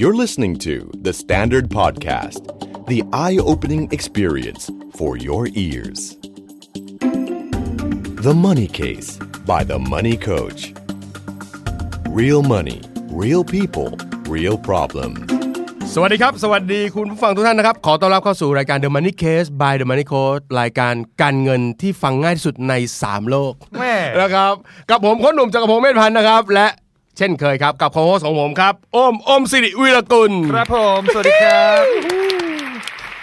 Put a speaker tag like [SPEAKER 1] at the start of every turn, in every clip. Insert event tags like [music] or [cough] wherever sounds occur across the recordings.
[SPEAKER 1] You're listening to The Standard Podcast, the eye opening experience for your ears. The Money Case by The Money Coach. Real money, real people, real problem.
[SPEAKER 2] สวัสดีครับ สวัสดีคุณผู้ฟังทุกท่านนะครับ ขอต้อนรับเข้าสู่รายการ The Money Case by The Money Coach รายการการเงินที่ฟังง่ายที่สุดใน 3 โลก
[SPEAKER 3] แม่
[SPEAKER 2] นะครับ กับผมโค้ชหนุ่มจักรพงศ์เมธพันธ์นะครับ และเช่นเคยครับ กับโค้ชของผมครับ โอมโอมสิริวิรกุล
[SPEAKER 3] ครับผม สวัสดีครับ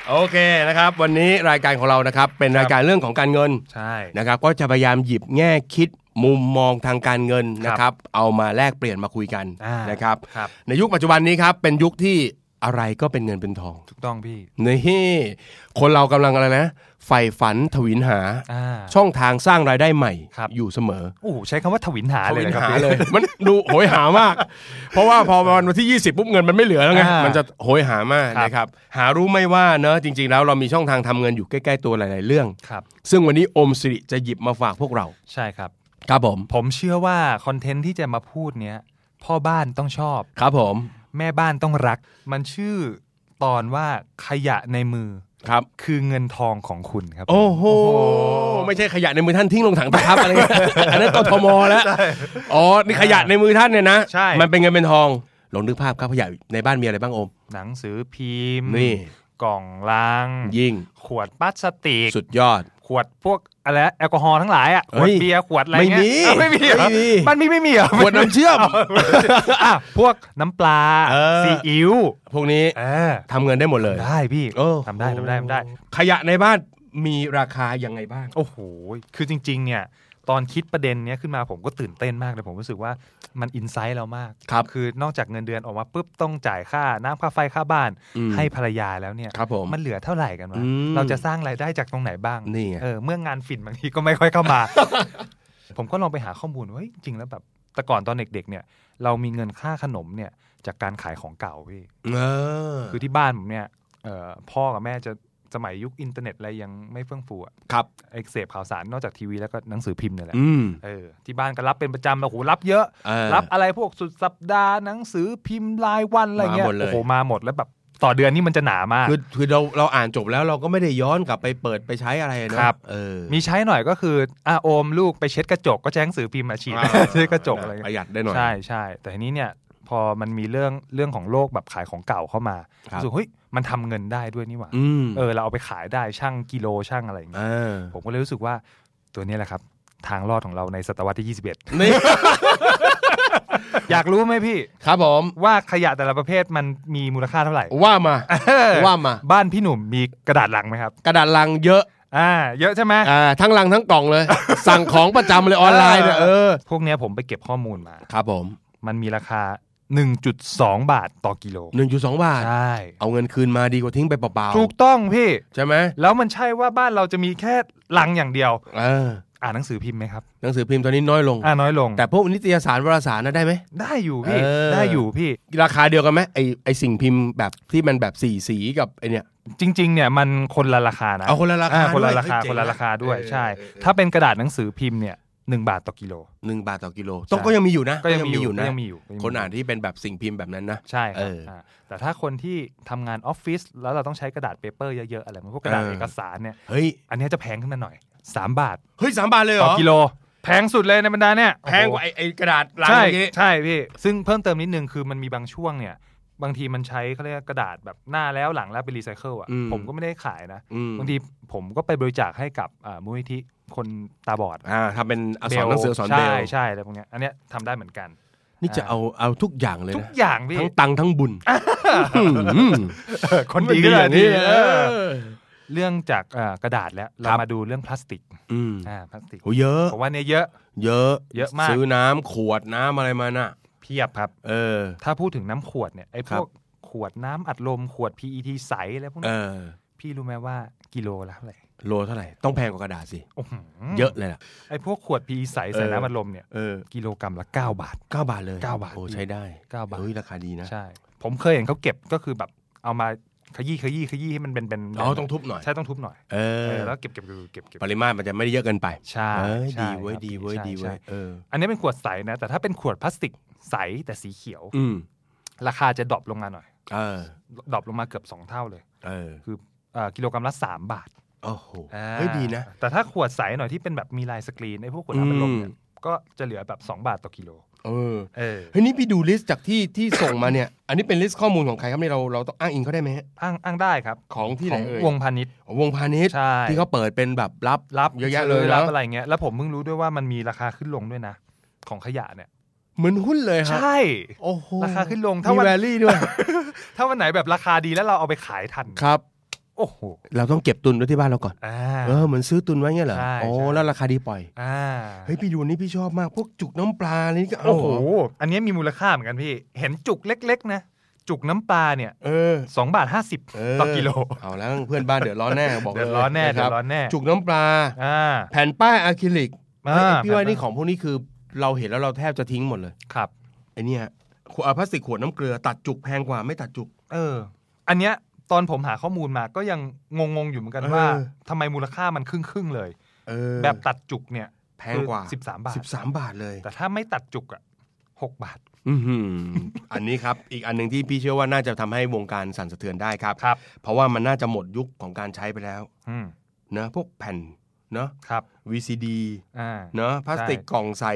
[SPEAKER 2] โอเคนะครับ วันนี้รายการของเรานะครับ เป็นรายการเรื่องของการเงิน
[SPEAKER 3] ใช่
[SPEAKER 2] นะครับก็จะพยายามหยิบแง่คิดมุมมองทางการเงิน
[SPEAKER 3] ครับ
[SPEAKER 2] นะครับ เอามาแลกเปลี่ยนมาคุยกัน
[SPEAKER 3] อ่าน
[SPEAKER 2] นะครับ
[SPEAKER 3] ครับ
[SPEAKER 2] ในยุคปัจจุบันนี้ครับเป็นยุคที่อะไรก็เป็นเงินเป็นทอง
[SPEAKER 3] ถูกต้องพี่
[SPEAKER 2] นี่คนเรากำลังอะไรนะใฝ่ฝันทวินหา
[SPEAKER 3] อ่า
[SPEAKER 2] ช่องทางสร้างรายได้ใหม่
[SPEAKER 3] ครับ
[SPEAKER 2] อยู่เสมอ
[SPEAKER 3] โอ้โหใช้คำว่าถวิลหา
[SPEAKER 2] ท
[SPEAKER 3] เลย
[SPEAKER 2] วิน
[SPEAKER 3] นะครับ
[SPEAKER 2] หา
[SPEAKER 3] พี่
[SPEAKER 2] เลย มันดูโหยหามาก เพราะว่าพอวันที่ 20ปุ๊บเงินมันไม่เหลือแล้วไง
[SPEAKER 3] อ่ามั
[SPEAKER 2] มันจะโหยหามาก
[SPEAKER 3] ครับ
[SPEAKER 2] นะครับหารู้ไหม่ว่าเนอะจริง ๆ แล้วเรามีช่องทางทำเงินอยู่ใกล้ๆตัวหลาย ๆ เรื่อง
[SPEAKER 3] ครับ
[SPEAKER 2] ซึ่งวันนี้อมสิริจะหยิบมาฝากพวกเรา
[SPEAKER 3] ใช่ครับ
[SPEAKER 2] ครับผม
[SPEAKER 3] ผมเชื่อว่าคอนเทนต์ที่จะมาพูดเนี้ย พ่อบ้านต้องชอบ
[SPEAKER 2] ครับผม
[SPEAKER 3] แม่บ้านต้องรัก มันชื่อตอนว่าขยะในมือ
[SPEAKER 2] ครับ
[SPEAKER 3] คือเงินทองของคุณครับ
[SPEAKER 2] โอ้โห ไม่ใช่ขยะในมือท่านทิ้งลงถังตะครับอะไรเงี้ยอันนั้นกทมแล้วอ๋อนี่ขยะในมือท่านเนี่ยนะ
[SPEAKER 3] ใช่
[SPEAKER 2] มันเป็นเงินเป็นทองลองนึกภาพครับขยะในบ้านมีอะไรบ้างโอม
[SPEAKER 3] หนังสือพิมพ์
[SPEAKER 2] นี่
[SPEAKER 3] กล่องลัง
[SPEAKER 2] ยิ่ง
[SPEAKER 3] ขวดพลาสติก
[SPEAKER 2] สุดยอด
[SPEAKER 3] ขวดพวกอะไรแอลกอฮอล์ทั้งหลายอ่ะข
[SPEAKER 2] เฮ้
[SPEAKER 3] วด
[SPEAKER 2] ย
[SPEAKER 3] เบียร์ขวดอะไรเงี้ย
[SPEAKER 2] ไม่มี
[SPEAKER 3] อ้าวไม่มีเหรอ
[SPEAKER 2] ไม่มี
[SPEAKER 3] บ้านมีไม่มีเหรอ
[SPEAKER 2] ขวดน้ำเชื่อม
[SPEAKER 3] [laughs] อ่ะพวกน้ำปลา
[SPEAKER 2] เออ
[SPEAKER 3] ซีอิ๊ว
[SPEAKER 2] พวกนี้
[SPEAKER 3] เออ
[SPEAKER 2] ทำเงินได้หมดเลย
[SPEAKER 3] ได้พี่
[SPEAKER 2] โอ้
[SPEAKER 3] ทำได้ทำได้ทำได้
[SPEAKER 2] ขยะในบ้านมีราคายังไงบ้าง
[SPEAKER 3] โอ้โห คือจริง ๆ เนี่ย ตอนคิดประเด็นเนี้ยขึ้นมาผมก็ตื่นเต้นมากเลย ผมรู้สึกว่ามันอินไซต์เรามาก
[SPEAKER 2] ครับ
[SPEAKER 3] คือนอกจากเงินเดือนออกมาปุ๊บต้องจ่ายค่าน้ำค่าไฟค่าบ้าน ให้ภรรยาแล้วเนี่ย
[SPEAKER 2] ครับผม
[SPEAKER 3] มันเหลือเท่าไหร่กัน
[SPEAKER 2] อื
[SPEAKER 3] วะ
[SPEAKER 2] ม
[SPEAKER 3] เราจะสร้างรายได้จากตรงไหนบ้าง
[SPEAKER 2] นี่ไง
[SPEAKER 3] เออเมื่องานฝิ่นบางทีก็ไม่ค่อย
[SPEAKER 2] [laughs]
[SPEAKER 3] เข้ามา ผมก็ลองไปหาข้อมูลว่าเฮ้ยจริงแล้วแบบแต่ก่อนตอนเด็ก ๆ เนี่ย เรามีเงินค่าขนมเนี่ยจากการขายของเก่าพี่
[SPEAKER 2] เออ
[SPEAKER 3] คือที่บ้านผมเนี่ยเอ่อพ่อกับแม่จะสมัยยุคอินเทอร์เน็ตอะไรยังไม่เฟื่องฟูอะ
[SPEAKER 2] ครับ
[SPEAKER 3] เอกเสพข่าวสารนอกจากทีวีแล้วก็หนังสือพิมพ์เนี่ยแหละ
[SPEAKER 2] อืม
[SPEAKER 3] เออที่บ้านก็รับเป็นประจำแล้วโหรับเยอะ
[SPEAKER 2] เออ
[SPEAKER 3] รับอะไรพวกสุดสัปดาห์หนังสือพิมพ์รายวันอะไรเงี้ย
[SPEAKER 2] มาหมดเลย
[SPEAKER 3] โอ้โหมาหมดแล้วแบบต่อเดือนนี่มันจะหนามาก
[SPEAKER 2] คือคือเราเราอ่านจบแล้วเราก็ไม่ได้ย้อนกลับไปเปิดไปใช้อะไรเนอะ
[SPEAKER 3] ครับ
[SPEAKER 2] เออ
[SPEAKER 3] มีใช้หน่อยก็คืออ่ะโอมลูกไปเช็ดกระจกก็ใช้หนังสือพิมพ์มาฉีด
[SPEAKER 2] อ่า
[SPEAKER 3] เช็ดกระจกอะไร
[SPEAKER 2] ป
[SPEAKER 3] เงี้ย
[SPEAKER 2] ระหยัดได้หน่อย
[SPEAKER 3] ใช่ใช่แต่ทีนี้เนี่ยพอมันมีเรื่องเรื่องของโลกแบบขายของเก่าเข้ามา
[SPEAKER 2] ครับ
[SPEAKER 3] รู้สึกเฮ้ยมันทำเงินได้ด้วยนี่หว่า
[SPEAKER 2] อืม
[SPEAKER 3] เออเราเอาไปขายได้ช่างกิโลช่างอะไรอย่าง
[SPEAKER 2] เอ
[SPEAKER 3] เงี้ย
[SPEAKER 2] อ
[SPEAKER 3] ผมก็เลยรู้สึกว่าตัวเนี้แหละครับ ทางรอดของเราในศตวรรษที่ 21
[SPEAKER 2] นี่
[SPEAKER 3] [laughs] อยากรู้ไหมพี่
[SPEAKER 2] [laughs] ครับผม
[SPEAKER 3] ว่าขยะแต่ละประเภทมันมีมูลค่า
[SPEAKER 2] [laughs]
[SPEAKER 3] เท่าไหร่
[SPEAKER 2] ว่ามา
[SPEAKER 3] เออ
[SPEAKER 2] ว่ามา
[SPEAKER 3] บ้านพี่หนุ่มมีกระดาษลังไหมครับ
[SPEAKER 2] กระดาษลังเยอะ
[SPEAKER 3] อ่าเยอะใช่ไหม
[SPEAKER 2] อ่าทั้งลังทั้งกล่อง [laughs] เลย สั่งของประจำเลยออนไลน์เนี่ยเออ
[SPEAKER 3] พวกเนี้ยผมไปเก็บข้อมูลมา
[SPEAKER 2] ครับผม
[SPEAKER 3] มันมีราคา 1.2 บาทต่อกิโล
[SPEAKER 2] 1.2 บาท
[SPEAKER 3] ใช่
[SPEAKER 2] เอาเงินคืนมาดีกว่าทิ้งไปเปล่า
[SPEAKER 3] ถูกต้องพี่
[SPEAKER 2] ๆ ใช่ไหม
[SPEAKER 3] แล้วมันใช่ว่าบ้านเราจะมีแค่ลังอย่างเดียว
[SPEAKER 2] เออ
[SPEAKER 3] อ่านหนังสือพิมพ์ไหมครับ
[SPEAKER 2] หนังสือพิมพ์ตอนนี้น้อยลง
[SPEAKER 3] อ่าน้อยลง
[SPEAKER 2] แต่พวกนิตยสารวารสารนะได้ไหม
[SPEAKER 3] ได้อยู่พี่
[SPEAKER 2] เออ
[SPEAKER 3] ได้อยู่พี่
[SPEAKER 2] ราคาเดียวกันไหมไอไอสิ่งพิมพ์แบบที่มันแบบสีสีกับไอเนี่ย
[SPEAKER 3] จริงๆ เนี่ยมันคนละราคานะ
[SPEAKER 2] เอาคนละราคา
[SPEAKER 3] อ่คน
[SPEAKER 2] ด้ว
[SPEAKER 3] ละ
[SPEAKER 2] ย
[SPEAKER 3] ราคา
[SPEAKER 2] เฮ้ยเจ๋ง
[SPEAKER 3] คนละราคาด้วย
[SPEAKER 2] เออ
[SPEAKER 3] ใช่
[SPEAKER 2] เออเออ
[SPEAKER 3] ถ้าเป็นกระดาษหนังสือพิมพ์เนี่ยหนึ่งบาทต่อกิโล
[SPEAKER 2] หนึ่งบาทต่อกิโลต้อง
[SPEAKER 3] ใช่
[SPEAKER 2] ก็ยังมีอยู่นะ
[SPEAKER 3] ก็ยังมีอยู่
[SPEAKER 2] นะ
[SPEAKER 3] ก็ยังมีอยู่ก็ยังมีอยู่
[SPEAKER 2] คนอ่านที่เป็นแบบสิ่งพิมพ์แบบนั้นนะ
[SPEAKER 3] ใช่ค
[SPEAKER 2] เออ
[SPEAKER 3] รั
[SPEAKER 2] อ่
[SPEAKER 3] บาแต่ถ้าคนที่ทำงานออฟฟิศแล้วเราต้องใช้กระดาษเปเปอร์เยอะๆอะไรพวกกระดาษ
[SPEAKER 2] เออ
[SPEAKER 3] เอกสารเนี่ย
[SPEAKER 2] เฮ้ย
[SPEAKER 3] อันเนี้ยจะแพงขึ้นมาหน่อย 3 บาท
[SPEAKER 2] เฮ้ยสามบาทเลยเหร
[SPEAKER 3] ต่อ
[SPEAKER 2] อ
[SPEAKER 3] กิโล แพงสุดเลยในบรรดาเนี่ย
[SPEAKER 2] แพงกว่าไอไอกระดาษลัง
[SPEAKER 3] ใช่
[SPEAKER 2] เมื่อกี้
[SPEAKER 3] ใช่พี่ซึ่งเพิ่มเติมนิดนึงคือมันมีบางช่วงเนี่ยบางทีมันใช้เขาเรียกกระดาษแบบหน้าแล้วหลังแล้วไปรีไซเคิลอ่ะผมก็ไม่ได้ขายนะ
[SPEAKER 2] อืม
[SPEAKER 3] บางทีผมก็ไปบริจาคให้กับอ่ามูลนิธิคนตาบอด
[SPEAKER 2] อ่าทำเป็นอักษร
[SPEAKER 3] เบล
[SPEAKER 2] หนังสือสอนเบล
[SPEAKER 3] ใช่ใช่อะไรพวกเนี้ยอันเนี้ยทำได้เหมือนกัน
[SPEAKER 2] นี่จะเอาเอาทุกอย่างเลย
[SPEAKER 3] ทุก
[SPEAKER 2] นะ
[SPEAKER 3] อย่างพี่
[SPEAKER 2] ทั้งตังค์ทั้งบุญอืม
[SPEAKER 3] คน
[SPEAKER 2] มั
[SPEAKER 3] ดี
[SPEAKER 2] ดี
[SPEAKER 3] ก็
[SPEAKER 2] อย่าง
[SPEAKER 3] ดี
[SPEAKER 2] นี้
[SPEAKER 3] เอ
[SPEAKER 2] เอ
[SPEAKER 3] อ
[SPEAKER 2] อ
[SPEAKER 3] เรื่องจากเอ่อกระดาษแล้ว
[SPEAKER 2] ค
[SPEAKER 3] เรา
[SPEAKER 2] รับ
[SPEAKER 3] มาดูเรื่องพลาสติก
[SPEAKER 2] อืม
[SPEAKER 3] อ่าพลาสติก
[SPEAKER 2] โหเยอะ
[SPEAKER 3] ผมว่าเนี่ยเยอะ
[SPEAKER 2] เยอะ
[SPEAKER 3] เยอะมาก
[SPEAKER 2] ซื้อน้ำขวดน้ำอะไรมาน่ะ
[SPEAKER 3] เพียบครับ
[SPEAKER 2] เออ
[SPEAKER 3] ถ้าพูดถึงน้ำขวดเนี่ยไอ้พ
[SPEAKER 2] ครับ
[SPEAKER 3] วกขวดน้ำอัดลมขวด PET ใสอะไรพวก
[SPEAKER 2] เอ
[SPEAKER 3] เนี้ย
[SPEAKER 2] อ
[SPEAKER 3] พี่รู้ไหมว่ากิโลละเท่าไหร่
[SPEAKER 2] โลเท่าไหร่ ต้องแพงกว่ากระดาษสิ
[SPEAKER 3] โอ้โห
[SPEAKER 2] เยอะเลยล่ะ
[SPEAKER 3] ไอ้พวกขวด PE ใสใส่น้ำอัดลมเนี่ย
[SPEAKER 2] เออ
[SPEAKER 3] กิโลกรัมละ 9 บาท
[SPEAKER 2] เก้าบาทเลย
[SPEAKER 3] เก้าบาท
[SPEAKER 2] โอ้ใช้ได้
[SPEAKER 3] เก้าบาท
[SPEAKER 2] เฮ้ยราคาดีนะ
[SPEAKER 3] ใช่ ผมเคยเห็นเขาเก็บก็คือแบบเอามาขยี้ขยี้ขยี้ให้มันเป็นเป็น
[SPEAKER 2] อ๋อต้องทุบหน่อย
[SPEAKER 3] ใช่ต้องทุบหน่อย
[SPEAKER 2] เอ
[SPEAKER 3] เอ
[SPEAKER 2] อ
[SPEAKER 3] อแล้วเก็บเก็บเก็บเก็บเก็บ
[SPEAKER 2] ปริมาตรมันจะไม่ได้เยอะเกินไป
[SPEAKER 3] ใช่
[SPEAKER 2] เออ
[SPEAKER 3] ใช่
[SPEAKER 2] ดีเว้ย
[SPEAKER 3] ครับ
[SPEAKER 2] ดีเว้ย
[SPEAKER 3] ใช่
[SPEAKER 2] ดีเว้ย
[SPEAKER 3] ใช่
[SPEAKER 2] เออ
[SPEAKER 3] อันนี้เป็นขวดใสนะ แต่ถ้าเป็นขวดพลาสติกใสแต่สีเขียว
[SPEAKER 2] อืม
[SPEAKER 3] ราคาจะดรอปลงมาหน่อย
[SPEAKER 2] เออ
[SPEAKER 3] ดรอปลงมาเกือบสองเท่าเลย
[SPEAKER 2] เออ
[SPEAKER 3] คือเอ่อกิโลกรัมละสามบาท
[SPEAKER 2] โอ้โห
[SPEAKER 3] อ่า
[SPEAKER 2] เฮ้ยดีนะ
[SPEAKER 3] แต่ถ้าขวดใสหน่อยที่เป็นแบบมีลายสกรีนไอ้พวกขวดน้ำอัดลมเนี่ย
[SPEAKER 2] อืม
[SPEAKER 3] ก็จะเหลือแบบสองบาทต่อกิโล
[SPEAKER 2] เออ
[SPEAKER 3] เออ
[SPEAKER 2] เฮ้ยนี่พี่ดูลิสต์จากที่ที่ส่งมาเนี่ย อันนี้เป็นลิสต์ข้อมูลของใครครับเนี่ยเราเราต้องอ้างอิงเขาได้ไหมฮะ
[SPEAKER 3] อ้างอ้างได้ครับ
[SPEAKER 2] ของที่ไห
[SPEAKER 3] ข
[SPEAKER 2] น
[SPEAKER 3] อง
[SPEAKER 2] เอ่ยว
[SPEAKER 3] งพาณิชย์
[SPEAKER 2] อ๋อวงพาณิชย์
[SPEAKER 3] ใช่
[SPEAKER 2] ที่เขาเปิดเป็นแบบรับ
[SPEAKER 3] รับ
[SPEAKER 2] เยอะแยะเลย
[SPEAKER 3] ซื้
[SPEAKER 2] นะ
[SPEAKER 3] รับอะไรเงี้ยแล้วผมเพิ่งรู้ด้วยว่ามันมีราคาขึ้นลงด้วยนะ ของขยะเนี่ย
[SPEAKER 2] เหมือนหุ้นเลยครับ
[SPEAKER 3] ใช่
[SPEAKER 2] โอ้โห
[SPEAKER 3] ราคาขึ้นลงถ้า
[SPEAKER 2] มี
[SPEAKER 3] วัน
[SPEAKER 2] แวลี่
[SPEAKER 3] [laughs]
[SPEAKER 2] ด้วย
[SPEAKER 3] ถ้าวันไหนแบบราคาดีแล้วเราเอาไปขายทัน
[SPEAKER 2] ครับ
[SPEAKER 3] โอ้โห
[SPEAKER 2] เราต้องเก็บตุนไว้ที่บ้านเราก่อน
[SPEAKER 3] อ่า
[SPEAKER 2] เออเหมือนซื้อตุนไว้เงี้ยเหรอ
[SPEAKER 3] ใช่
[SPEAKER 2] โอ้
[SPEAKER 3] ใช่
[SPEAKER 2] แล้วราคาดีปล่อย
[SPEAKER 3] อ่า
[SPEAKER 2] เฮ้ยพี่ดูนี่พี่ชอบมากพวกจุกน้ำปลาอะไรนี่ก็
[SPEAKER 3] โอ้โห อันเนี้ยมีมูลค่าเหมือนกันพี่ เห็นจุกเล็กๆนะ จุกน้ำปลาเนี่ย
[SPEAKER 2] เออ
[SPEAKER 3] สองบาทห้าสิบ
[SPEAKER 2] เ
[SPEAKER 3] ต่อกิโล
[SPEAKER 2] เอาแล้วเพื่อนบ้านเดือดร้อนแน่บอกลย
[SPEAKER 3] เดือดร้อนแน่
[SPEAKER 2] ะคบ
[SPEAKER 3] เดือดร้อนแน่
[SPEAKER 2] จุกน้ำปลา
[SPEAKER 3] อ่า
[SPEAKER 2] แผ่นป้ายอะคริลิก
[SPEAKER 3] อ่
[SPEAKER 2] เฮ้ยพี่ว่านี่ของพวกนี้คือเราเห็นแล้วเราแทบจะทิ้งหมดเลย
[SPEAKER 3] ครับ
[SPEAKER 2] ไอเนี่ยขวดอ่ะพลาสติกขวดน้ำเกลือตัดจุกแพงกว่าไม่ตัดจุก
[SPEAKER 3] เออ อันเนี้ยตอนผมหาข้อมูลมาก็ยังงงๆอยู่เหมือนกันว่า
[SPEAKER 2] เออ
[SPEAKER 3] ทำไมมูลค่ามันครึ่งๆเลย
[SPEAKER 2] เออ
[SPEAKER 3] แบบตัดจุกเนี่ย
[SPEAKER 2] แพงกว่า
[SPEAKER 3] สิบสามบาท
[SPEAKER 2] สิบสามบาทเลย
[SPEAKER 3] แต่ถ้าไม่ตัดจุกอ่ะหกบาท
[SPEAKER 2] อื้อหืออันนี้ครับ อีกอันหนึ่งที่พี่เชื่อว่าน่าจะทำให้วงการสั่นสะเทือนได้ครับ
[SPEAKER 3] ครับ
[SPEAKER 2] เพราะว่ามันน่าจะหมดยุคของการใช้ไปแล้ว
[SPEAKER 3] อืม
[SPEAKER 2] นะพวกแผ่นเนาะ
[SPEAKER 3] ครับ
[SPEAKER 2] VCD
[SPEAKER 3] อ่า
[SPEAKER 2] เนาะพลาสติก
[SPEAKER 3] ใช่
[SPEAKER 2] กล่องใส่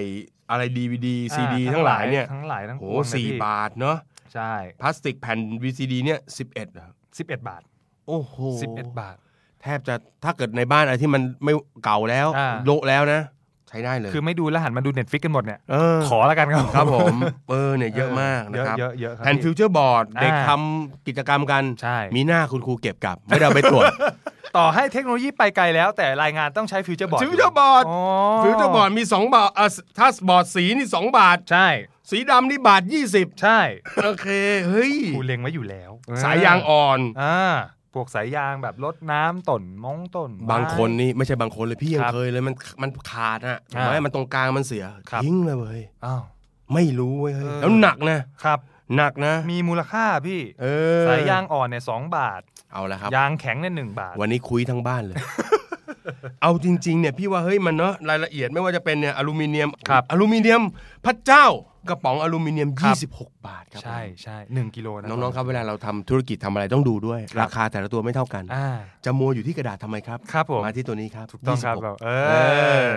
[SPEAKER 2] อะไร DVD
[SPEAKER 3] อ่า
[SPEAKER 2] CD ทั้งหลายเนี่ย
[SPEAKER 3] ทั้งหลายทั้ง
[SPEAKER 2] โห
[SPEAKER 3] ปวงเลย
[SPEAKER 2] สี่
[SPEAKER 3] พี่
[SPEAKER 2] บาทเนาะ
[SPEAKER 3] ใช่
[SPEAKER 2] พลาสติกแผ่น VCD เนี่ย11เหรอ
[SPEAKER 3] สิบเอ็ดบาท
[SPEAKER 2] โอ้โห
[SPEAKER 3] สิบเอ็ดบาท
[SPEAKER 2] แทบจะถ้าเกิดในบ้านอะไรที่มันไม่เก่าแล้ว
[SPEAKER 3] อ่า
[SPEAKER 2] โละแล้วนะ ใช้ได้เลย
[SPEAKER 3] คือไม่ดูแล้วหันมาดู Netflix กันหมดเนี่ย
[SPEAKER 2] เออ
[SPEAKER 3] ขอแล้วกันครับ
[SPEAKER 2] ครับผม เออเนี่ยเยอะมาก
[SPEAKER 3] เอ
[SPEAKER 2] นะ
[SPEAKER 3] อ
[SPEAKER 2] ครับ
[SPEAKER 3] เยอะเยอะครับ
[SPEAKER 2] แผ่นฟิ
[SPEAKER 3] พี่
[SPEAKER 2] วเจอร์บอร์ดเด็ก
[SPEAKER 3] อ่า
[SPEAKER 2] ทำกิจกรรมกัน
[SPEAKER 3] ใช่
[SPEAKER 2] มีหน้าคุณครูเก็บกลับ ไม่ได้เอาไปตรวจ
[SPEAKER 3] ต่อให้เทคโนโลยีไปไกลแล้ว แต่รายงานต้องใช้ฟิวเจอร์บอร์ด
[SPEAKER 2] ฟิวเจอร์บอร์ด
[SPEAKER 3] อ๋อ
[SPEAKER 2] ฟิวเจอร์บอร์ดมีสองบาทเอ่อทัสบอร์ดสีนี่สองบาท
[SPEAKER 3] ใช่
[SPEAKER 2] สีดำนี่บาทยี่สิบ
[SPEAKER 3] ใช่
[SPEAKER 2] โอเคเฮ้ย
[SPEAKER 3] กูเล็งไว้อยู่แล้ว
[SPEAKER 2] สายยางอ่อน
[SPEAKER 3] อ่าพวกสายยางแบบรดน้ำต้นมองต้น
[SPEAKER 2] บางคนนี่ไม่ใช่บางคนเลยพี่ยัง
[SPEAKER 3] ครับ
[SPEAKER 2] เคยเลยมันมันขาดอะ
[SPEAKER 3] อ่า
[SPEAKER 2] ไม้มันตรงกลางมันเสีย
[SPEAKER 3] ครับ
[SPEAKER 2] ทิ้งเลยเว้ย
[SPEAKER 3] อ้าว
[SPEAKER 2] ไม่รู้เว้ยเฮ้ย
[SPEAKER 3] เออ
[SPEAKER 2] แล้วหนักนะครับ หนักนะ
[SPEAKER 3] มีมูลค่าพี่
[SPEAKER 2] เออ
[SPEAKER 3] สายยางอ่อนเนี่ยสองบาท
[SPEAKER 2] เอาละครับ
[SPEAKER 3] ยางแข็งเนี่ยหนึ่งบาท
[SPEAKER 2] วันนี้คุยทั้งบ้านเลย [laughs] เอาจริง ๆ เนี่ยพี่ว่าเฮ้ยมันเนาะรายละเอียดไม่ว่าจะเป็นเนี่ยอลูมิเนียม
[SPEAKER 3] ครับ
[SPEAKER 2] อลูมิเนียมพระเจ้ากระป๋องอลูมิเนียม
[SPEAKER 3] ครับ
[SPEAKER 2] 26 บาทครับ
[SPEAKER 3] ใช่ใช่หนึ่งกิโลนะ
[SPEAKER 2] น้องๆครับเวลาเราทำธุรกิจทำอะไรต้องดูด้วย ราคาแต่ละตัวไม่เท่ากัน
[SPEAKER 3] อ่า
[SPEAKER 2] จะมัวอยู่ที่กระดาษทำไมครับ
[SPEAKER 3] ครับผม
[SPEAKER 2] มาที่ตัวนี้ครับ
[SPEAKER 3] ถูกต้องครับ
[SPEAKER 2] 26
[SPEAKER 3] เราเอ
[SPEAKER 2] เอ
[SPEAKER 3] อ
[SPEAKER 2] อ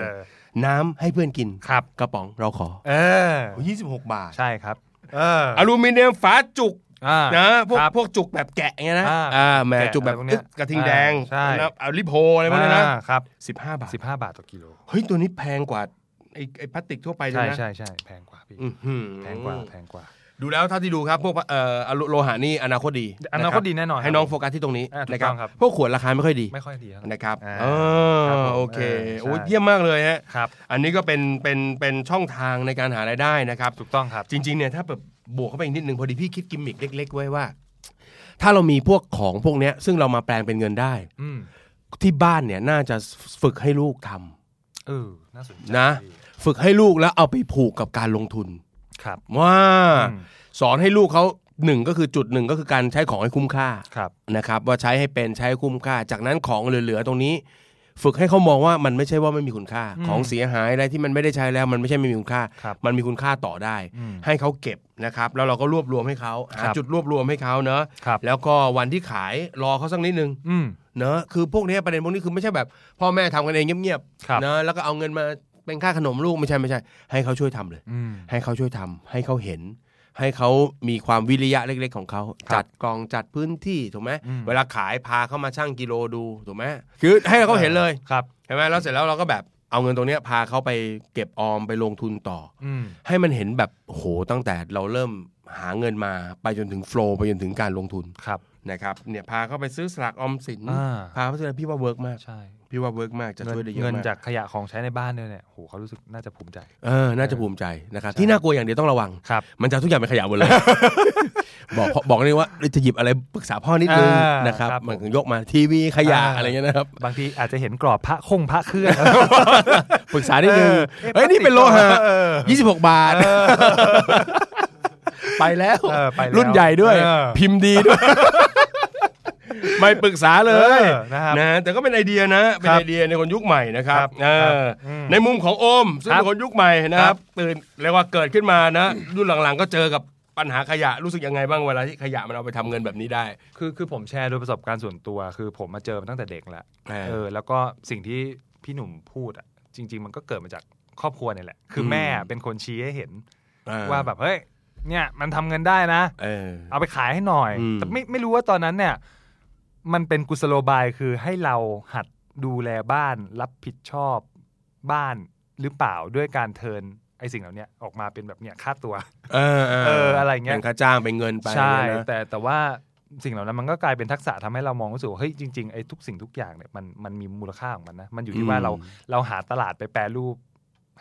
[SPEAKER 2] น้ำให้เพื่อนกิน
[SPEAKER 3] ครับ
[SPEAKER 2] กระป๋องเราขอ
[SPEAKER 3] เออ
[SPEAKER 2] 26 บาท
[SPEAKER 3] ใช่ครับ เออ
[SPEAKER 2] อลูมิเนียมฝาจุก
[SPEAKER 3] อ่า
[SPEAKER 2] นะพวก
[SPEAKER 3] ครับ
[SPEAKER 2] พวกจุกแบบแกะเงี้ยนะ
[SPEAKER 3] อ่า
[SPEAKER 2] อ่าแหม่
[SPEAKER 3] แกะ
[SPEAKER 2] จุกแบบ
[SPEAKER 3] อะไรพวกเนี้ย
[SPEAKER 2] อึ๊กกระทิงแดง
[SPEAKER 3] อ่าใช่
[SPEAKER 2] นะเอาลิโพอะไรพวกเนี้ยนะ
[SPEAKER 3] อ่าครับ
[SPEAKER 2] 15 บาท
[SPEAKER 3] สิบห้าบาทต่อกิโล
[SPEAKER 2] เฮ้ย ตัวนี้แพงกว่าไอ้ไอ้พลาสติกทั่วไปเลย
[SPEAKER 3] ใช่
[SPEAKER 2] นะ
[SPEAKER 3] ใช่ใช่แพงกว่าพี่
[SPEAKER 2] อื้อหือ
[SPEAKER 3] แพงกว่าแพงกว่า
[SPEAKER 2] ดูแล้วเท่าที่ดูครับ พวกเอ่ออลูโลหะนี่อนาคตดี
[SPEAKER 3] อนาคตดีแน่นอน
[SPEAKER 2] ให้
[SPEAKER 3] ครับ
[SPEAKER 2] น้องโฟกัสที่ตรงนี้
[SPEAKER 3] อ่าถูก
[SPEAKER 2] นะครับ
[SPEAKER 3] ต้องครับ
[SPEAKER 2] พวกขวดราคาไม่ค่อยดี
[SPEAKER 3] ไม่ค่อยดีเท่าไหร่
[SPEAKER 2] นะครับ
[SPEAKER 3] อ่า
[SPEAKER 2] เออ
[SPEAKER 3] ครับผม
[SPEAKER 2] โอเค
[SPEAKER 3] เออใช่
[SPEAKER 2] โอ้ยเยี่ยมมากเลยฮะ
[SPEAKER 3] ครับ
[SPEAKER 2] อันนี้ก็เป็นเป็นเป็นช่องทางในการหารายได้นะครับ
[SPEAKER 3] ถูกต้องครับ
[SPEAKER 2] จริงๆเนี่ยถ้าแบบบวกเข้าไปอีกนิดนึงพอดีพี่คิดกิมมิคเล็ก ๆ ไว้ว่า ถ้าเรามีพวกของพวกเนี้ย ซึ่งเรามาแปลงเป็นเงินได้
[SPEAKER 3] อืม
[SPEAKER 2] ที่บ้านเนี่ยน่าจะฝึกให้ลูกทำ
[SPEAKER 3] เออน่าสนใจ
[SPEAKER 2] นะ
[SPEAKER 3] พี่
[SPEAKER 2] ฝึกให้ลูกแล้วเอาไปผูกกับการลงทุน
[SPEAKER 3] ครับ
[SPEAKER 2] ว่า
[SPEAKER 3] อืม
[SPEAKER 2] สอนให้ลูกเขาหนึ่งก็คือจุดหนึ่งก็คือการใช้ของให้คุ้มค่า
[SPEAKER 3] ครับ
[SPEAKER 2] นะครับ ว่าใช้ให้เป็นใช้ให้คุ้มค่า จากนั้นของเหลือๆตรงนี้ ฝึกให้เขามองว่ามันไม่ใช่ว่าไม่มีคุณค่า
[SPEAKER 3] อืม
[SPEAKER 2] ของเสียหายอะไรที่มันไม่ได้ใช้แล้ว มันไม่ใช่ไม่มีคุณค่า
[SPEAKER 3] ครับ
[SPEAKER 2] มันมีคุณค่าต่อได้
[SPEAKER 3] อืม
[SPEAKER 2] ให้เขาเก็บนะครับ แล้วเราก็รวบรวมให้เขา
[SPEAKER 3] ครั
[SPEAKER 2] หา
[SPEAKER 3] บ
[SPEAKER 2] จุดรวบรวมให้เขาเนอะ
[SPEAKER 3] ครับ
[SPEAKER 2] แล้วก็วันที่ขายรอเขาสักนิดนึง
[SPEAKER 3] อืม
[SPEAKER 2] เนอะคือพวกเนี้ยประเด็นพวกนี้คือไม่ใช่แบบ พ่อแม่ทำกันเองเงียบ
[SPEAKER 3] ครับ
[SPEAKER 2] ๆเนอะแล้วก็เอาเงินมาเป็นค่าขนมลูกไม่ใช่ไม่ใช่ ให้เขาช่วยทำเลย
[SPEAKER 3] อืม
[SPEAKER 2] ให้เขาช่วยทำให้เขาเห็น ให้เขามีความวิริยะเล็ก ๆ ของเขา
[SPEAKER 3] ครับ
[SPEAKER 2] จัดกล่องจัดพื้นที่ถูกไหม
[SPEAKER 3] อืม
[SPEAKER 2] เวลาขายพาเขามาชั่งกิโลดูถูกไหมคือให้เขาเห็นเลย
[SPEAKER 3] ครับ
[SPEAKER 2] เห็นไหมแล้วเสร็จแล้วเราก็แบบเอาเงินตรงเนี้ยพาเขาไปเก็บออมไปลงทุนต่อ
[SPEAKER 3] อืม
[SPEAKER 2] ให้มันเห็นแบบโอ้โหตั้งแต่เราเริ่มหาเงินมาไปจนถึงโฟล์ไปจนถึงการลงทุน
[SPEAKER 3] ครับ
[SPEAKER 2] นะครับเนี่ยพาเขาไปซื้อสลากออมสิน
[SPEAKER 3] อ่า
[SPEAKER 2] พาเขาไปซื้ออะไรพี่ว่าเวิร์กมาก
[SPEAKER 3] ใช่
[SPEAKER 2] พี่ว่าเวิร์กมากจะช่วยได้เยอะ
[SPEAKER 3] เงิน
[SPEAKER 2] มาก
[SPEAKER 3] จากขยะของใช้ในบ้านเนี่ยเนี่ยโหเขารู้สึกน่าจะภูมิใจ
[SPEAKER 2] เออน่าจะภูมิใจนะครับที่น่ากลัวอย่างเดียวต้องระวัง
[SPEAKER 3] ครับ
[SPEAKER 2] มันจะเอาทุกอย่างเป็นขยะหมดเลย
[SPEAKER 3] [laughs]
[SPEAKER 2] บอกพ่อบอกเลยว่าจะหยิบอะไรปรึกษาพ่อนิดนึง
[SPEAKER 3] อ่าน
[SPEAKER 2] นะครับ
[SPEAKER 3] ครับผม
[SPEAKER 2] เหมือนยกมาทีวีขยะ
[SPEAKER 3] อ่า
[SPEAKER 2] อะไรเงี้ย
[SPEAKER 3] [laughs]
[SPEAKER 2] นะครับ
[SPEAKER 3] บางทีอาจจะเห็นกรอบพระคงพระเครื่อง
[SPEAKER 2] [laughs] ปรึกษานิดนึง
[SPEAKER 3] เออเอ๊ะ
[SPEAKER 2] เฮ้ย นี่เป็นโลหะ
[SPEAKER 3] เออ
[SPEAKER 2] ยี่สิบหกบาท ไปแล้ว
[SPEAKER 3] เออไปแล้ว
[SPEAKER 2] รุ่นใหญ่ด้วย
[SPEAKER 3] เออ
[SPEAKER 2] พิมพ์ดีด้วย [laughs] ไม่ปรึกษาเลย
[SPEAKER 3] เออนะครับ
[SPEAKER 2] นะแต่ก็เป็นไอเดียนะ เป็น
[SPEAKER 3] ครับ
[SPEAKER 2] ไอเดียในคนยุคใหม่นะครับ
[SPEAKER 3] ครับ
[SPEAKER 2] เออ
[SPEAKER 3] อืม
[SPEAKER 2] ในมุมของโอมซึ่ง
[SPEAKER 3] ครับ
[SPEAKER 2] เป็นคนยุคใหม่นะค
[SPEAKER 3] ครั
[SPEAKER 2] รับ
[SPEAKER 3] บ
[SPEAKER 2] ตื่นเรียกว่าเกิดขึ้นมานะ รุ่นหลังๆ ก็เจอกับ ปัญหาขยะรู้สึกยังไงบ้างเวลาที่ขยะมันเอาไปทำเงินแบบนี้ได้
[SPEAKER 3] คือคือผมแชร์โดยประสบการณ์ส่วนตัว คือผมมาเจอมาตั้งแต่เด็กแล้ว
[SPEAKER 2] เออ
[SPEAKER 3] เออ แล้วก็สิ่งที่พี่หนุ่มพูดอ่ะ จริง ๆ มันก็เกิดมาจากครอบครัวเนี่ยแหละ คืออ
[SPEAKER 2] ม
[SPEAKER 3] แม่เป็นคนชี้ให้เห็น
[SPEAKER 2] เออ
[SPEAKER 3] ว่าแบบเฮ้ยเนี่ยมันทำเงินได้นะ
[SPEAKER 2] เออ
[SPEAKER 3] เอาไปขายให้หน่อย
[SPEAKER 2] อืม
[SPEAKER 3] แต่ไม่ไม่รู้ว่าตอนนั้นเนี่ย มันเป็นกุศโลบายคือให้เราหัดดูแลบ้านรับผิดชอบบ้านหรือเปล่าด้วยการเทิร์นไอ้สิ่งเหล่าเนี้ยออกมาเป็นแบบเนี่ยค่าตัว
[SPEAKER 2] เออเอ
[SPEAKER 3] เอออะไรเงี้ย
[SPEAKER 2] เป็นค่าจ้างเป็นเงินไป
[SPEAKER 3] ใช่
[SPEAKER 2] เนี่ยนะ
[SPEAKER 3] แต่แต่ว่าสิ่งเหล่านั้นมันก็กลายเป็นทักษะทำให้เรามองรู้สึกว่าเฮ้ยจริงๆไอ้ทุกสิ่งทุกอย่างเนี่ยมันมันมีมูลค่าของมันนะมันอยู่ที่ว่าเราเราหาตลาดไปแปรรูป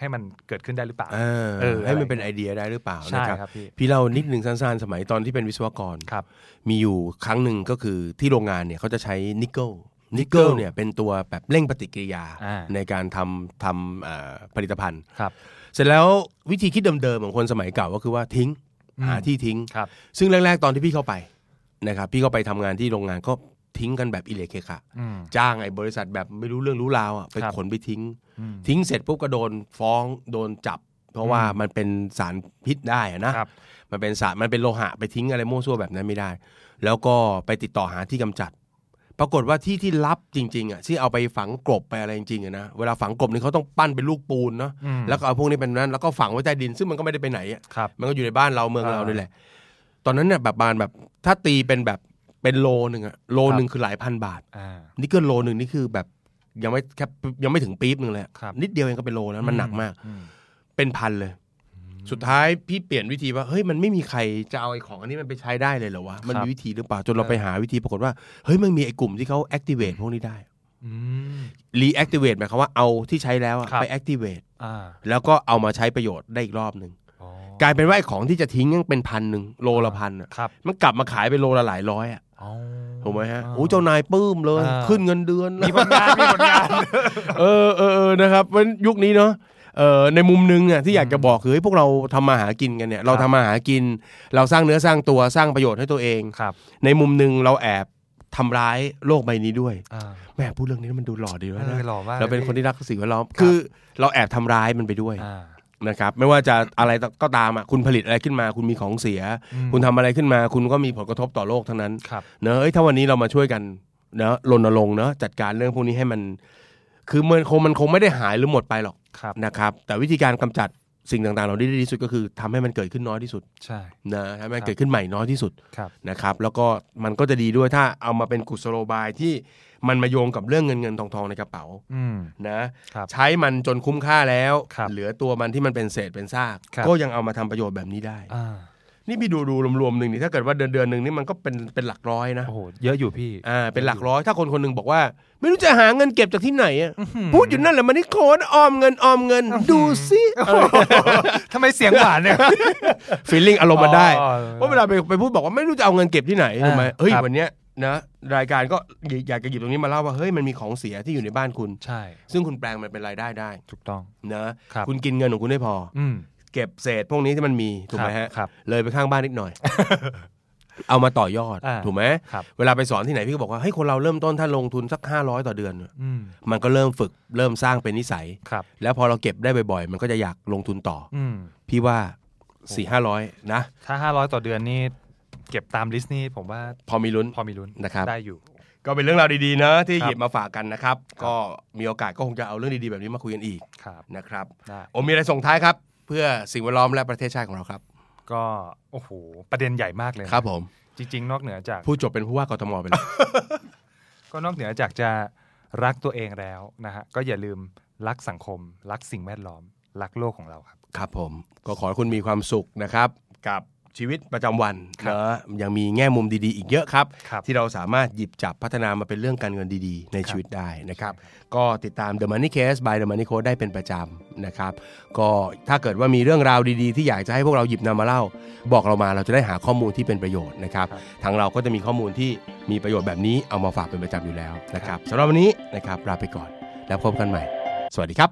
[SPEAKER 3] ให้มันเกิดขึ้นได้หรือเปล่า
[SPEAKER 2] เออ
[SPEAKER 3] เออ
[SPEAKER 2] ให้มัน
[SPEAKER 3] อะไร
[SPEAKER 2] เป็นไอเดียได้หรือเปล่า
[SPEAKER 3] ใช่
[SPEAKER 2] นะครับ
[SPEAKER 3] พี่
[SPEAKER 2] พี่เล่านิดหนึ่งสั้นๆ สมัยตอนที่เป็นวิศวกร
[SPEAKER 3] ครับ
[SPEAKER 2] มีอยู่ครั้งหนึ่งก็คือที่โรงงานเนี่ยเขาจะใช้นิกเกิลนิกเกิลเนี่ยเป็นตัวแบบเร่งปฏิกิริยา
[SPEAKER 3] อ่า
[SPEAKER 2] ในการทำทำอ่าผลิตภัณฑ์
[SPEAKER 3] ครับ
[SPEAKER 2] เสร็จแล้ววิธีคิดเดิมๆของคนสมัยเก่าก็คือว่าทิ้ง
[SPEAKER 3] อืม
[SPEAKER 2] หาที่ทิ้ง
[SPEAKER 3] ครับ
[SPEAKER 2] ซึ่งแรกๆตอนที่พี่เข้าไปนะครับพี่เข้าไปทำงานที่โรงงานก็ทิ้งกันแบบอิเล็กเคคะ
[SPEAKER 3] อืม
[SPEAKER 2] จ้างไอ้บริษัทแบบไม่รู้เรื่องรู้ราวอ่ะไป
[SPEAKER 3] ครับ
[SPEAKER 2] ขนไปทิ้ง
[SPEAKER 3] อืม
[SPEAKER 2] ทิ้งเสร็จปุ๊บก็โดนฟ้องโดนจับ เพราะว่า
[SPEAKER 3] อืม
[SPEAKER 2] มันเป็นสารพิษได้อะนะครับ มันเป็นสารมันเป็นโลหะไปทิ้งอะไรมั่วซั่วแบบนั้นไม่ได้ แล้วก็ไปติดต่อหาที่กำจัด ปรากฏว่าที่ที่รับจริงๆอ่ะที่เอาไปฝังกลบไปอะไรจริงๆอะนะเวลาฝังกลบนี่เขาต้องปั้นเป็นลูกปูนเนาะ
[SPEAKER 3] อืม
[SPEAKER 2] แล้วก็เอาพวกนี้เป็นนั้นแล้วก็ฝังไว้ใต้ดิน ซึ่งมันก็ไม่ได้ไปไหนอะ
[SPEAKER 3] ครับ
[SPEAKER 2] มันก็อยู่ในบ้านเราเมืองเรา
[SPEAKER 3] อ่า
[SPEAKER 2] นี่แหละ ตอนนั้นเนี่ยแบบบานแบบถ้าตีเป็นแบบเป็นโลหนึ่งอะโลหนึ่งคือหลายพันบาท
[SPEAKER 3] อ่า
[SPEAKER 2] นี่เกินโลหนึ่งนี่คือแบบยังไม่แค่ยังไม่ถึงปี๊บหนึ่งเลยอะ
[SPEAKER 3] ครับ
[SPEAKER 2] นิดเดียวเองก็เป็นโลแล้วมันหนักมาก
[SPEAKER 3] อืม
[SPEAKER 2] เป็นพันเลย สุดท้ายพี่เปลี่ยนวิธีว่าเฮ้ยมันไม่มีใครจะเอาไอ้ของอันนี้มันไปใช้ได้เลยเหรอวะมัน
[SPEAKER 3] ครับ
[SPEAKER 2] มีวิธีหรือเปล่าจนเราไปหาวิธีปรากฏว่าเฮ้ยมันมีไอ้กลุ่มที่เขา activate พวกนี้ได้
[SPEAKER 3] อืม
[SPEAKER 2] reactivate หมายความว่าเอาที่ใช้แล้วอะ
[SPEAKER 3] ครับ
[SPEAKER 2] ไป activate
[SPEAKER 3] อ่า
[SPEAKER 2] แล้วก็เอามาใช้ประโยชน์ได้อีกรอบหนึ่ง
[SPEAKER 3] อ๋อก
[SPEAKER 2] ลายเป็นว่าไอ้ของที่จะทิ้งยังเป็นพันหนึ่งโลละพันอะ
[SPEAKER 3] ครับ
[SPEAKER 2] มันกลับมาขายเป็นโลละหลายร้อยอ่ะ
[SPEAKER 3] อ๋อ
[SPEAKER 2] ถูกไหมฮะโอ้เจ้านายปลื้มเลย
[SPEAKER 3] อ่า
[SPEAKER 2] ขึ้นเงินเดือน
[SPEAKER 3] มีผลงานมีผลงาน [laughs]
[SPEAKER 2] เออเออเออนะครับมันยุคนี้เนาะเออในมุมหนึงอ่ะที่อยากจะบอกคือเฮ้ยพวกเราทำมาหากินกันเนี่ยเราทำมาหากิน เราสร้างเนื้อสร้างตัวสร้างประโยชน์ให้ตัวเอง
[SPEAKER 3] ครับ
[SPEAKER 2] ในมุมหนึงเราแอบทำร้ายโลกใบนี้ด้วย
[SPEAKER 3] อ่า
[SPEAKER 2] แม่พูดเรื่องนี้มันดูหล่อดีด้วย
[SPEAKER 3] เอ
[SPEAKER 2] นะ
[SPEAKER 3] อหล่อมาก
[SPEAKER 2] เราเป็นคน
[SPEAKER 3] ลย
[SPEAKER 2] ที่รักสิ่งแวดล้อม
[SPEAKER 3] ครับ
[SPEAKER 2] คือเราแอบทำร้ายมันไปด้วย
[SPEAKER 3] พี่อ่า
[SPEAKER 2] นะครับไม่ว่าจะอะไรก็ตามอ่ะคุณผลิตอะไรขึ้นมา คุณมีของเสีย
[SPEAKER 3] อืม
[SPEAKER 2] คุณทำอะไรขึ้นมา คุณก็มีผลกระทบต่อโลกทั้งนั้น
[SPEAKER 3] ครับ
[SPEAKER 2] เนอะเอ้ยถ้าวันนี้เรามาช่วยกันเนอะรณรงค์เนอะจัดการเรื่องพวกนี้ให้มัน คือมันคงมันคงไม่ได้หายหรือหมดไปหรอก
[SPEAKER 3] ครับ
[SPEAKER 2] นะครับ แต่วิธีการกำจัดสิ่งต่างๆ เหล่านี้ได้ดีที่สุดก็คือทำให้มันเกิดขึ้นน้อยที่สุด
[SPEAKER 3] ใช่
[SPEAKER 2] นะทำให้มัน
[SPEAKER 3] ครับ
[SPEAKER 2] เกิดขึ้นใหม่น้อยที่สุด
[SPEAKER 3] ครับ
[SPEAKER 2] นะครับ แล้วก็มันก็จะดีด้วยถ้าเอามาเป็นกุศโลบายที่มันมาโยงกับเรื่องเงินเงินทองทองในกระเป๋า
[SPEAKER 3] อืม
[SPEAKER 2] นะ
[SPEAKER 3] ครับ
[SPEAKER 2] ใช้มันจนคุ้มค่าแล้ว
[SPEAKER 3] ครับ
[SPEAKER 2] เหลือตัวมันที่มันเป็นเศษเป็นซาก
[SPEAKER 3] ครับ
[SPEAKER 2] ก็ยังเอามาทำประโยชน์แบบนี้ได้
[SPEAKER 3] อ่า
[SPEAKER 2] นี่พี่ดูดูรวมๆหนึ่งนี่ถ้าเกิดว่าเดือนเดือนหนึ่งนี่มันก็เป็นเป็นหลักร้อยนะ
[SPEAKER 3] โอ้โห เยอะอยู่พี่
[SPEAKER 2] อ่าเป็นหลักร้อยถ้าคนคนหนึ่งบอกว่า ไม่รู้จะหาเงินเก็บจากที่ไหนอะพูดอยู่นั่นแหละมันนี่โคนออมเงินออมเงิน ดูสิ
[SPEAKER 3] [laughs]
[SPEAKER 2] [laughs]
[SPEAKER 3] ทำไมเสียงหวานเนี่ย
[SPEAKER 2] ฟีลลิ่งอารมณ์มันได้
[SPEAKER 3] อ๋อ
[SPEAKER 2] ว่าะเวลาไปไปพูดบอกว่าไม่รู้จะเอาเงินเก็บที่ไหน
[SPEAKER 3] อ่า
[SPEAKER 2] ทำไมเฮ้ย
[SPEAKER 3] ครับ
[SPEAKER 2] วันเนี้ยนะรายการก็อยากจะหยิบตรงนี้มาเล่าว่าเฮ้ยมันมีของเสียที่อยู่ในบ้านคุณ
[SPEAKER 3] ใช่
[SPEAKER 2] ซึ่งคุณแปลงมันเป็นรายได้ได้
[SPEAKER 3] ถูกต้อง
[SPEAKER 2] นะครับ คุณกินเงินของคุณได้พอ
[SPEAKER 3] อืม
[SPEAKER 2] เก็บเศษพวกนี้ที่มันมีถูกไหม
[SPEAKER 3] ครับ
[SPEAKER 2] ฮะ
[SPEAKER 3] ครับ
[SPEAKER 2] เลยไปข้างบ้านนิดหน่อย
[SPEAKER 3] [laughs]
[SPEAKER 2] เอามาต่อยอด
[SPEAKER 3] อ่า
[SPEAKER 2] ถูกไหม
[SPEAKER 3] ครับ
[SPEAKER 2] เวลาไปสอนที่ไหนพี่ก็บอกว่าให้ยคนเราเริ่มต้นถ้าลงทุนสัก 500 ต่อเดือน
[SPEAKER 3] อืม
[SPEAKER 2] มันก็เริ่มฝึกเริ่มสร้างเป็นนิสัย
[SPEAKER 3] ครับ
[SPEAKER 2] แล้วพอเราเก็บได้บ่อยๆ มันก็จะอยากลงทุนต่อ
[SPEAKER 3] อืม
[SPEAKER 2] พี่ว่า 4 5 0 0 นะ
[SPEAKER 3] ถ้าห้าร้อยต่อเดือนนี่ เก็บตามลิสต์นี่ผมว่า
[SPEAKER 2] พอมีลุ้น
[SPEAKER 3] พอมีลุ้น
[SPEAKER 2] นะครับ
[SPEAKER 3] ได้อยู่
[SPEAKER 2] ก็เป็นเรื่องราวดีๆนะที่
[SPEAKER 3] ครั
[SPEAKER 2] ห
[SPEAKER 3] บ
[SPEAKER 2] ยิบมาฝากกันนะครับ ก็มีโอกาสก็คงจะเอาเรื่องดีๆแบบนี้มาคุยกันอีก
[SPEAKER 3] ครับ
[SPEAKER 2] นะครับ
[SPEAKER 3] ได้
[SPEAKER 2] โอมีอะไรส่งท้ายครับ เพื่อสิ่งแวดล้อมและประเทศชาติของเราครับ
[SPEAKER 3] ก็ โอ้โห ประเด็นใหญ่มากเลยนะครับ
[SPEAKER 2] ผม
[SPEAKER 3] จริง ๆ นอกเหนือจาก
[SPEAKER 2] ผู้จบเป็นผู้ว่ากทมไปแล้ว
[SPEAKER 3] ก็นอกเหนือจากจะรักตัวเองแล้วนะฮะ ก็อย่าลืมรักสังคม รักสิ่งแวดล้อม รักโลกของเราครับ
[SPEAKER 2] ครับผมก็ขอให้คุณมีความสุขนะครับ กับชีวิตประจำวัน
[SPEAKER 3] ครั
[SPEAKER 2] เน
[SPEAKER 3] บ
[SPEAKER 2] อะยังมีแง่มุมดีๆ อีกเยอะครับ
[SPEAKER 3] ครับ
[SPEAKER 2] ที่เราสามารถหยิบจับพัฒนามาเป็นเรื่องการเงินดีๆ ใน
[SPEAKER 3] ครับ
[SPEAKER 2] ชีวิตได้นะครับ ก็ติดตาม The Money Case by The Money Code ได้เป็นประจำนะครับ ก็ถ้าเกิดว่ามีเรื่องราวดีๆ ที่อยากจะให้พวกเราหยิบนำมาเล่า บอกเรามาเราจะได้หาข้อมูลที่เป็นประโยชน์นะครับ
[SPEAKER 3] ครับ
[SPEAKER 2] ทางเราก็จะมีข้อมูลที่มีประโยชน์แบบนี้เอามาฝากเป็นประจำอยู่แล้วนะครับสำหรับวันนี้นะครับลาไปก่อนแล้วพบกันใหม่ สวัสดีครับ